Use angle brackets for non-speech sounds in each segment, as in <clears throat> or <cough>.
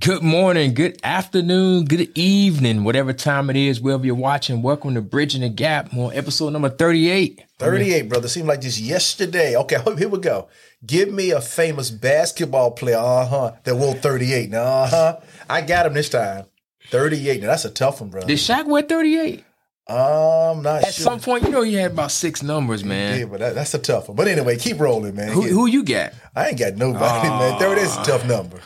Good morning, good afternoon, good evening, whatever time it is, wherever you're watching. Welcome to Bridging the Gap, more episode number 38. 38, brother. Seemed like just yesterday. Okay, <laughs> here we go. Give me a famous basketball player, uh huh, that wore 38. Now, uh huh. I got him this time. 38. Now, that's a tough one, brother. Did Shaq wear 38? I'm not At sure. some point, you know he had about six numbers, man. yeah, but that, that's a tough one. But anyway, keep rolling, man. Who, who you got? <laughs> I ain't got nobody, man. 30 is a tough number.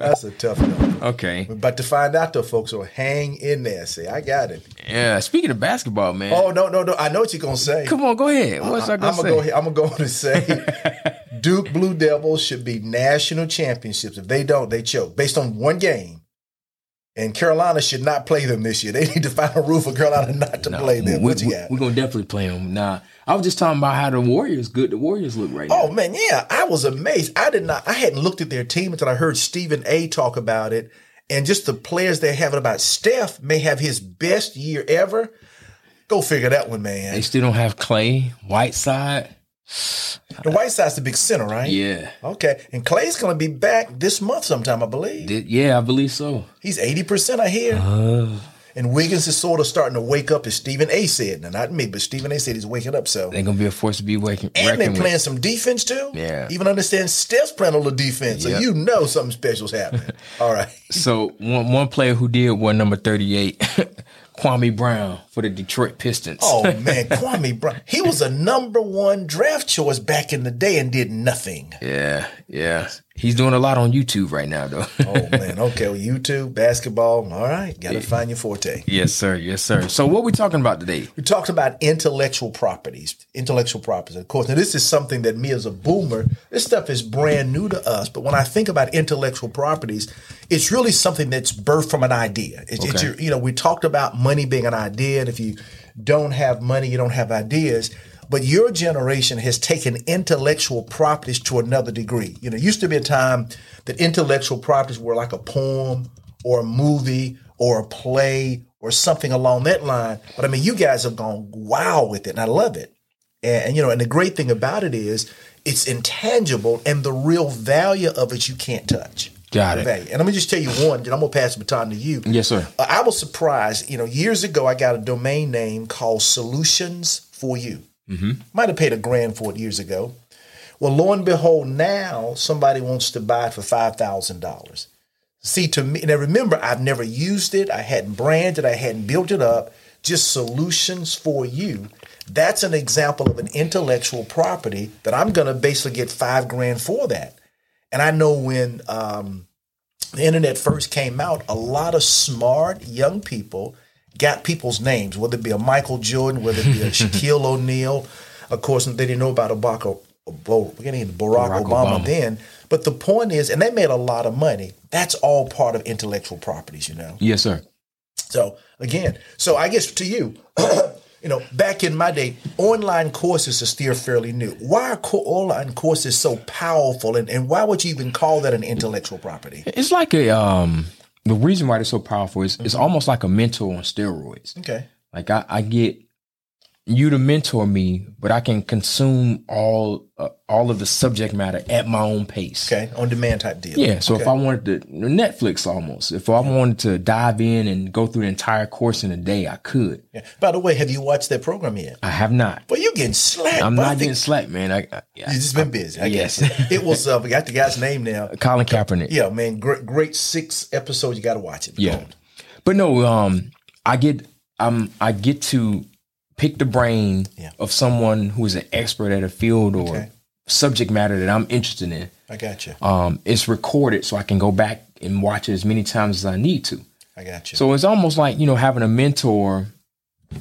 that's a tough number. Okay. We're about to find out, though, folks. So hang in there. Say, I got it. Yeah. Speaking of basketball, man. Oh, no, no, no. I know what you're going to say. Come on, go ahead. What's I, I'm gonna gonna say? go. ahead- I'm gonna go on and say, <laughs> Duke Blue Devils should be national championships. If they don't, they choke based on one game. And Carolina should not play them this year. They need to find a rule for Carolina not to play them. We, what you got? are gonna definitely play him. Nah, I was just talking about how the Warriors good. The Warriors look right now. Oh man, yeah, I was amazed. I did not. I hadn't looked at their team until I heard Stephen A. talk about it, and just the players they have. And about Steph may have his best year ever. Go figure that one, They man. still don't have Clay Whiteside. The White Side's the big center, right? Yeah, Okay, and Clay's gonna be back this month sometime, I believe. Did- yeah, I believe so. He's 80%, I hear. Uh-huh. and Wiggins is sort of starting to wake up, as Stephen A said. Now, not me, but Stephen A said he's waking up. So, They're gonna be a force to be waking, and they're reckoned with. playing some defense too. Yeah. Even understand Steph's playing a little defense. Yep. So, you know something <laughs> special's happening. All right. So one one player who did wore number thirty eight, <laughs> Kwame Brown for the Detroit Pistons. Oh, man. Kwame Brown. He was a number one draft choice back in the day and did nothing. yeah, yeah. He's doing a lot on YouTube right now, though. <laughs> Oh, man. Okay. Well, YouTube, basketball. All right. Got to find your forte. yes, sir. Yes, sir. So what we talking about today? We talked about intellectual properties, intellectual properties. Of course, now this is something that me as a boomer, this stuff is brand new to us. But when I think about intellectual properties, it's really something that's birthed from an idea. It's, it's Okay. your, you know, we talked about money being an idea, and if you don't have money, you don't have ideas. But your generation has taken intellectual properties to another degree. You know, it used to be a time that intellectual properties were like a poem or a movie or a play or something along that line. But I mean, you guys have gone wow with it, and I love it. And, and, you know, and the great thing about it is it's intangible, and the real value of it you can't touch. Got The it. value. And let me just tell you one, then I'm gonna pass the baton to you. Yes, sir. Uh, I was surprised. You know, years ago, I got a domain name called Solutions for You. Mm-hmm. Might have paid a grand for it years ago. Well, lo and behold, now somebody wants to buy it for five thousand dollars. See to me, and I remember I've never used it. I hadn't branded. I hadn't built it up. Just solutions for you. That's an example of an intellectual property that I'm going to basically get five grand for that. And I know when um, the internet first came out, a lot of smart young people got people's names, whether it be a Michael Jordan, whether it be a Shaquille O'Neal. Of course, they didn't know about Barack, Barack, Barack, Barack Obama Obama. then. But the point is, and they made a lot of money. That's all part of intellectual properties, you know. Yes, sir. So again, so I guess to you, <clears throat> you know, back in my day, online courses are still fairly new. Why are co- online courses so powerful, and, and why would you even call that an intellectual property? It's like a um. The reason why they're so powerful is it's almost like a mentor on steroids. Okay. Like I, I get you to mentor me, but I can consume all uh, all of the subject matter at my own pace. Okay. On demand type deal. Yeah. So if Okay. I wanted to Netflix almost, if I wanted to dive in and go through the entire course in a day, I could. Yeah. By the way, have you watched that program yet? I have not. Well, you're getting slack. I'm but I not think- getting slack, man. I, I, I- You've just been busy. I Yes. guess it was. Uh, I got the guy's name <laughs> now. Colin Kaepernick. Yeah, man. Great, great six episodes. You got to watch it. Yeah. But no, um, I get um, I get to pick the brain Yeah. of someone who is an expert at a field or Okay. subject matter that I'm interested in. I got you. Um, it's recorded, so I can go back and watch it as many times as I need to. I got you. So it's almost like, you know, having a mentor,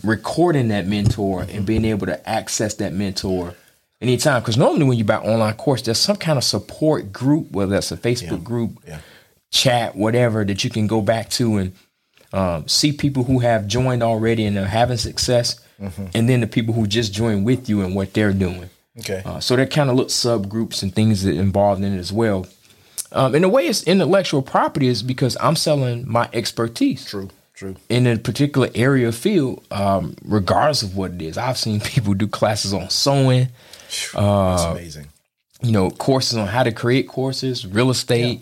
recording that mentor and being able to access that mentor anytime. Because normally when you buy online course, there's some kind of support group, whether that's a Facebook group, Yeah. chat, whatever, that you can go back to and um, see people who have joined already and are having success. Mm-hmm. And then the people who just joined with you and what they're doing. okay. Uh, so there kind of look subgroups and things that involved in it as well. Um, in a way, it's intellectual property is because I'm selling my expertise true. True. in a particular area of field, um, regardless of what it is. I've seen <laughs> people do classes on sewing, That's amazing. uh, you know, courses on how to create courses, real estate,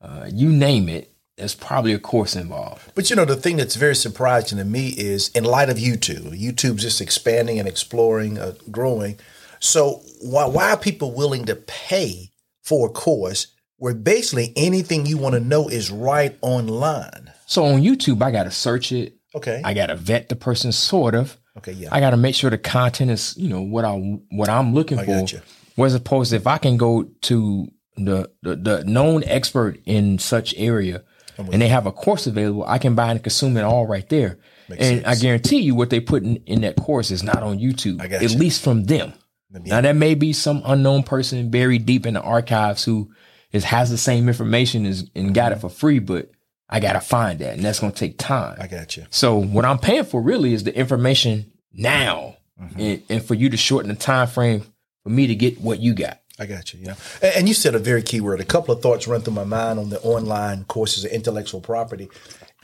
uh, you name it. there's probably a course involved. But you know, the thing that's very surprising to me is in light of YouTube, YouTube's just expanding and exploring, uh, growing. So why, why are people willing to pay for a course where basically anything you want to know is right online? So on YouTube, I got to search it. Okay. I got to vet the person, sort of. okay. Yeah. I got to make sure the content is, you know, what I what I'm looking I for. gotcha. Whereas opposed, to if I can go to the the, the known expert in such area, and they have a course available, I can buy and consume it all right there. and I guarantee you, what they put in, in that course is not on YouTube, gotcha. at least from them. Now there may be some unknown person buried deep in the archives who is has the same information as, and got it for free, but I gotta find that, and that's gonna take time. Mm-hmm. I got you. So what I'm paying for really is the information now, and, and for you to shorten the time frame for me to get what you got. I got you. Yeah. And, and you said a very key word. A couple of thoughts run through my mind on the online courses of intellectual property.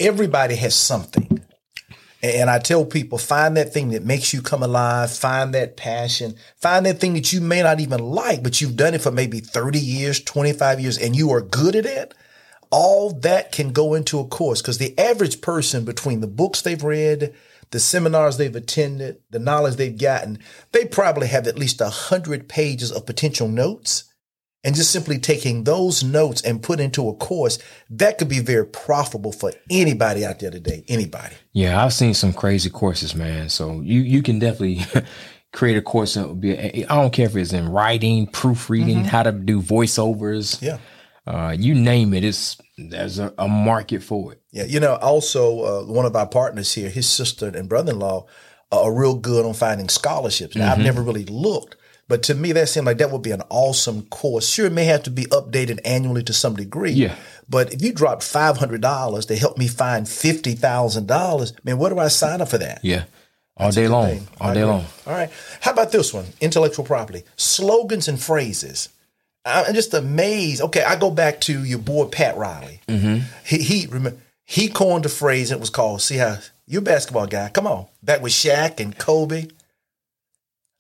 Everybody has something. And and I tell people, find that thing that makes you come alive, find that passion, find that thing that you may not even like, but you've done it for maybe 30 years, 25 years, and you are good at it. All that can go into a course because the average person, between the books they've read, the seminars they've attended, the knowledge they've gotten, they probably have at least 100 pages of potential notes. And just simply taking those notes and put into a course, that could be very profitable for anybody out there today, anybody. Yeah, I've seen some crazy courses, man. So you you can definitely <laughs> create a course that would be. I don't care if it's in writing, proofreading, how to do voiceovers. Yeah. uh, you name it. It's there's a, a market for it. Yeah, you know, also uh, one of our partners here, his sister and brother-in-law are real good on finding scholarships. Now, I've never really looked, but to me, that seemed like that would be an awesome course. Sure, it may have to be updated annually to some degree. Yeah. But if you dropped five hundred dollars to help me find fifty thousand dollars, man, where do I sign up for that? Yeah, all day long, all day long. All right. How about this one? Intellectual property. Slogans and phrases. I'm just amazed. Okay, I go back to your boy Pat Riley. Mm-hmm. He he remember he coined a phrase that was called "See how you're a basketball guy. Come on, back with Shaq and Kobe."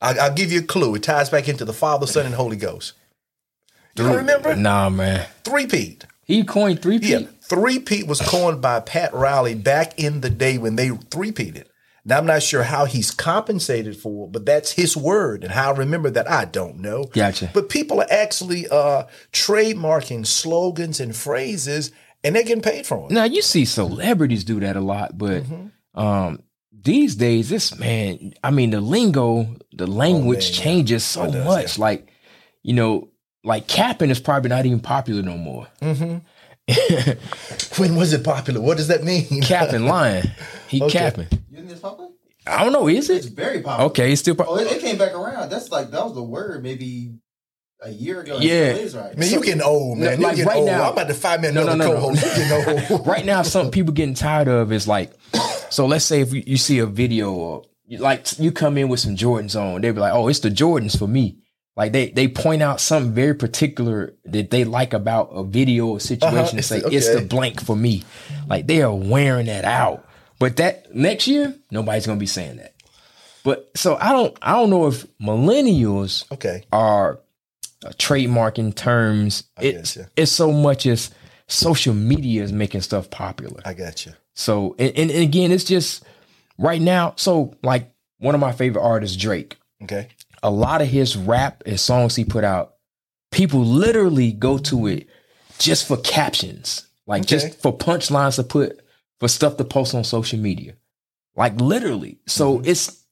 I, I'll give you a clue. It ties back into the Father, Son, and Holy Ghost. You don't remember? Nah, man. Three Pete. He coined three P. Yeah, three peat was coined by Pat Riley back in the day when they three peated. Now I'm not sure how he's compensated for, it, but that's his word, and how I remember that I don't know. Gotcha. But people are actually uh, trademarking slogans and phrases, and they're getting paid for Mm-hmm. it. Now you see celebrities do that a lot, but um, these days, this man. I mean, the lingo, the language Oh, man, yeah. changes so It does, much. Like, you know, like capping is probably not even popular no more. Mm-hmm. <laughs> When was it popular? What does that mean? Capping, lying, he capping. You think it's popular? I don't know. Is It's it very popular. okay? It's still. Oh, Pro- it, it came back around. That's like that was the word maybe a year ago. It Yeah. still is <laughs> right. Man, you getting old, man. like you getting right old. now- I'm about to find me No, another no, no, no. co-host. You getting <laughs> old. <laughs> right now something people getting tired of is like so let's say if you, you see a video or you- like you come in with some jordans on they be like oh it's the jordans for me like they they point out something very particular that they like about a video or situation Uh-huh. and say It's- it's the okay. blank for me like they are wearing that out but that next year nobody's gonna be saying that but so i don't i don't know if millennials Okay. are uh, trademarking terms it's guess, yeah. it's so much as social media is making stuff popular I got you. so, and, and and again, it's just right now. So, like one of my favorite artists, Drake, Okay. a lot of his rap and songs he put out, people literally go to it just for captions, like Okay. just for punchlines to put for stuff to post on social media, like literally. So Mm-hmm. it's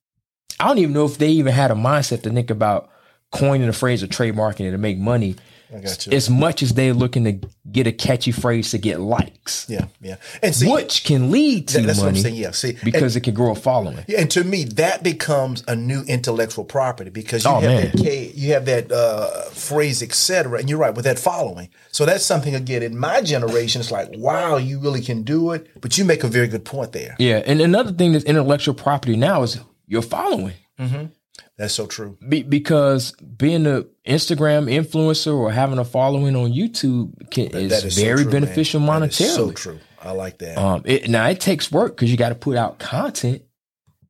I don't even know if they even had a mindset to think about coining a phrase or trademarking it to make money, I got you. as much as they're looking to get a catchy phrase to get likes, yeah, yeah. And see, which can lead to that- that's what I'm money saying. Yeah. See, and- because it can grow a following. Yeah, and to me, that becomes a new intellectual property because you Oh, have man. that K, you have that uh, phrase, etc. And you're right with that following. So that's something again in my generation. It's like, wow, you really can do it. But you make a very good point there. Yeah, and another thing that's intellectual property now is your following That's so true. Be- because being an Instagram influencer or having a following on YouTube can, is, That so very true, man. beneficial That is monetarily. So true. I like that. Um, it, now it takes work because you got to put out content,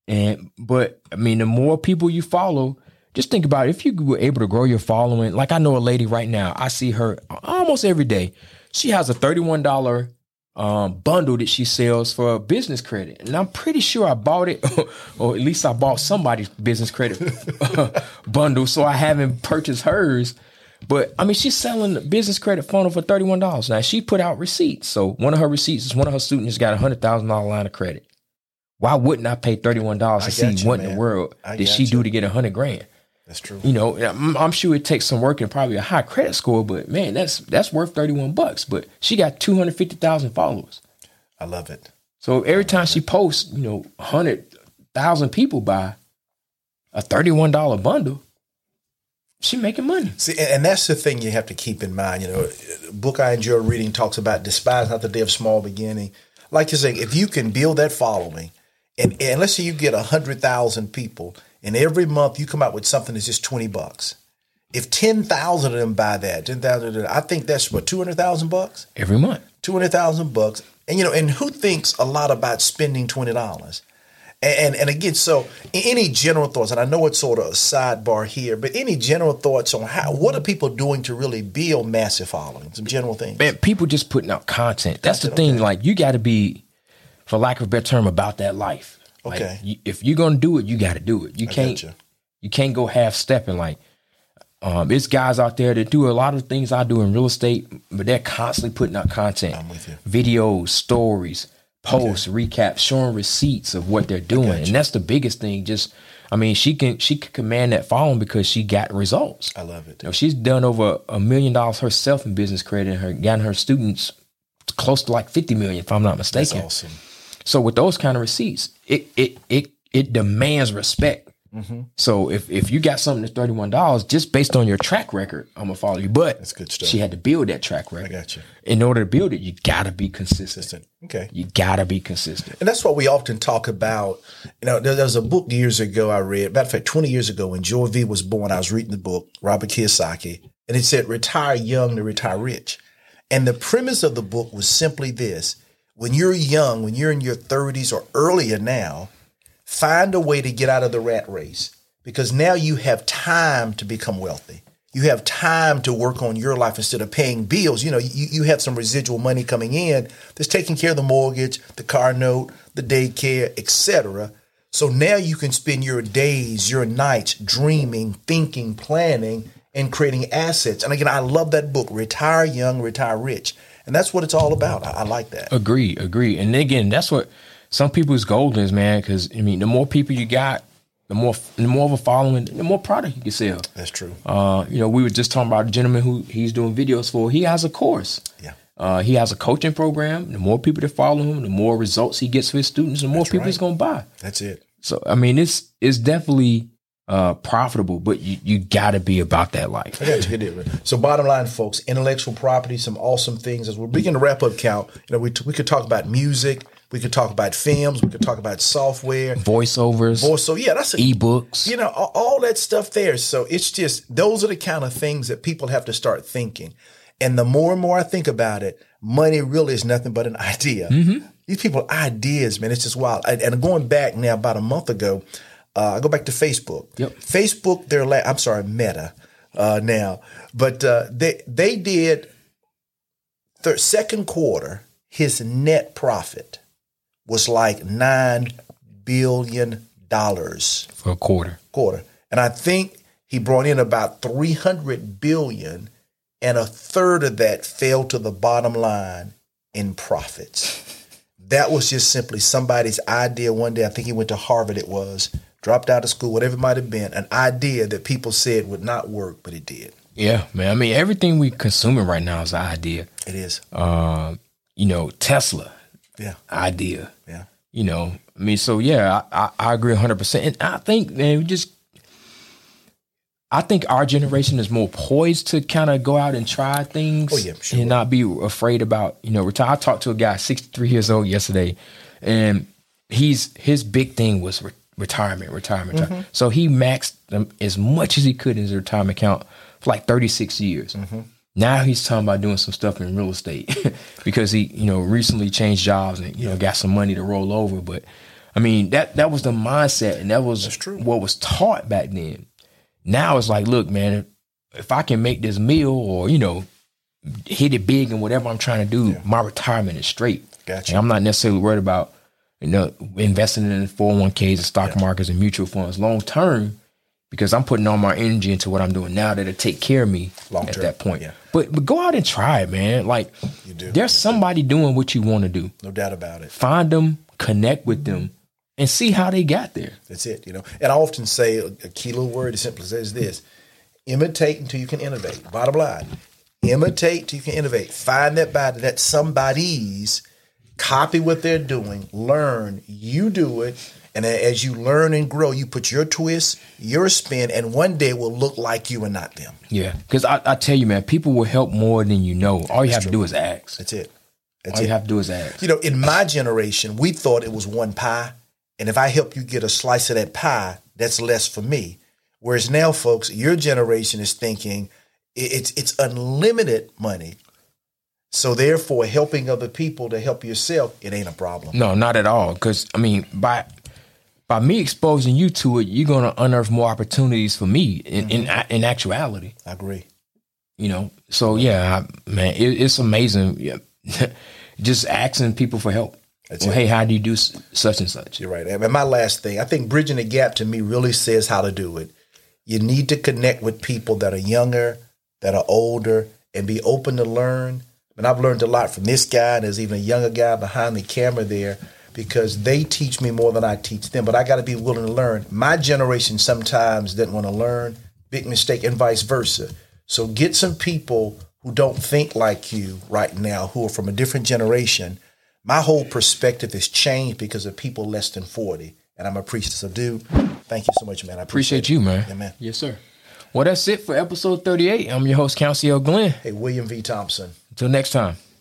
and but I mean, the more people you follow, just think about it. if you were able to grow your following. Like I know a lady right now, I see her almost every day. She has a thirty-one dollar um, bundle that she sells for business credit. And I'm pretty sure I bought it, <laughs> or at least I bought somebody's business credit <laughs> bundle, so I haven't purchased hers. But I mean, she's selling the business credit funnel for thirty-one dollars. Now she put out receipts. So one of her receipts is one of her students got a hundred thousand dollar line of credit. Why wouldn't I pay thirty-one dollars I to see got you, what in man. the world I did got she you. do to get a hundred grand? That's true. You know, and I'm, I'm sure it takes some work and probably a high credit score, but man, that's that's worth thirty-one bucks. But she got two hundred fifty thousand followers. I love it. So every time she posts, you know, hundred thousand people buy a thirty-one dollar bundle, she making money. See, and- and that's the thing you have to keep in mind. You know, the book I enjoy reading talks about despise not the day of small beginning. Like you say, if you can build that following, and, and let's say you get hundred thousand people, and every month you come out with something that's just twenty bucks. If ten thousand of them buy that, ten thousand, I think that's what two hundred thousand bucks. Every month. two hundred thousand bucks, and you know, and who thinks a lot about spending twenty dollars? And, and and again, so a- any general thoughts? And I know it's sort of a sidebar here, but any general thoughts on how what are people doing to really build massive following? Some general things. man, people just putting out content. That's the Content, thing. Like you got to be, for lack of a better term, about that life. Like, Okay. you- if you're gonna do it, you got to do it. You can't. gotcha. You can't go half stepping. Like, um, it's guys out there that do a lot of things I do in real estate, but they're constantly putting out content. I'm with you. Videos, stories, posts, recaps, showing receipts of what they're doing, and that's the biggest thing. Just, I mean, she can she can command that following because she got results. I love it. You know, she's done over a million dollars herself in business credit and her gotten her students close to like 50 million, if I'm not That's mistaken. awesome. So with those kind of receipts, it it it it demands respect. Mm-hmm. So if if you got something that's thirty one dollars, just based on your track record, I'm gonna follow you. But That's good stuff. She had to build that track record. I got you. In order to build it, you gotta be consistent. Listen, Okay. You gotta be consistent. And that's what we often talk about. You know, there, there was a book years ago I read. Matter of fact, 20 years ago when Joe V was born, I was reading the book, Robert Kiyosaki, and it said, Retire young to retire rich. And the premise of the book was simply this when you're young, when you're in your 30s or earlier now, find a way to get out of the rat race because now you have time to become wealthy. You have time to work on your life instead of paying bills. You know, you, you have some residual money coming in that's taking care of the mortgage, the car note, the daycare, etc. So now you can spend your days, your nights dreaming, thinking, planning, and creating assets. And again, I love that book, Retire Young, Retire Rich. And that's what it's all about. I, I like that. Agree, agree. And again, that's what some people's goal is, man. Because I mean, the more people you got, the more the more of a following, the more product you can sell. That's true. Uh, you know, we were just talking about a gentleman who he's doing videos for. He has a course. Yeah. Uh, he has a coaching program. The more people that follow him, the more results he gets for his students, the more people he's right. going to buy. That's it. So, I mean, it's it's definitely uh, profitable, but you, you got to be about that life. I got you. Good deal. So, bottom line, folks, intellectual property, some awesome things. As we're beginning to wrap up, count. You know, we, we could talk about music, we could talk about films, we could talk about software. Voiceovers, Or so, yeah, that's a, ebooks. you know all, all that stuff there. So it's just those are the kind of things that people have to start thinking. And the more and more I think about it, money really is nothing but an <laughs> idea. These people ideas, man. It's just wild. And, and going back now, about a month ago, uh, I go back to Facebook. Yep. Facebook, their la- I'm sorry, Meta uh, now, but uh, they they did third second quarter. His net profit was like nine billion dollars for a quarter. quarter. And I think he brought in about 300 billion and a third of that fell to the bottom line in profits. That was just simply somebody's idea one day. I think he went to Harvard it was, dropped out of school, whatever it might have been, an idea that people said would not work, but it did. Yeah, man. I mean, everything we consuming right now is an idea. It is. Uh, you know, Tesla Yeah. idea. Yeah. you know i mean so yeah i, I, I agree 100% and i think man we just i think our generation is more poised to kind of go out and try things Oh, yeah, sure. and not be afraid about you know retire i talked to a guy 63 years old yesterday and he's his big thing was re- retirement retirement retirement. so he maxed them as much as he could in his retirement account for like 36 years now he's talking about doing some stuff in real estate <laughs> because he, you know, recently changed jobs and you know got some money to roll over. But I mean that that was the mindset and that was true. what was taught back then. Now it's like, look, man, if, if I can make this meal or you know hit it big and whatever I'm trying to do, my retirement is straight. Gotcha. And I'm not necessarily worried about you know investing in 401ks and stock markets and mutual funds long term because I'm putting all my energy into what I'm doing now that'll take care of me Long at term, that point. yeah. But but go out and try it, man. Like You do. there's somebody doing what you want to do. No doubt about it. Find them, connect with them, and see how they got there. That's it. You know, and I often say a, a key little word that simply says this: imitate until you can innovate. Bottom line, imitate till you can innovate. Find that body that somebody's, copy what they're doing, learn. You do it, and a- as you learn and grow, you put your twist, your spin, and one day it will look like you and not them. Yeah. Because I, I tell you, man, people will help more than you know. All you have to do is ask. That's it. All you have to do is ask. You know, in my generation, we thought it was one pie, and if I help you get a slice of that pie, that's less for me. Whereas now, folks, your generation is thinking i- it's it's unlimited money, so therefore, helping other people to help yourself, it ain't a problem. No, not at all. Because I mean, by by me exposing you to it, you're gonna unearth more opportunities for me in in, a- in actuality. I agree. You know. So yeah, I, man, it, it's amazing. Yeah. <laughs> Just asking people for help. That's well, it. hey, how do you do s- such and such? You're right. And my last thing, I think bridging the gap to me really says how to do it. You need to connect with people that are younger, that are older, and be open to learn. And I've learned a lot from this guy. There's even a younger guy behind the camera there because they teach me more than I teach them. But I got to be willing to learn. My generation sometimes doesn't want to learn. Big mistake, and vice versa. So get some people who don't think like you right now, who are from a different generation my whole perspective has changed because of people less than 40 and i'm a priest so dude thank you so much man i appreciate, Appreciate you, man. Yeah, man. Yes, sir. Well, that's it for episode 38. I'm your host, Council Glenn. it hey william v thompson Until next time.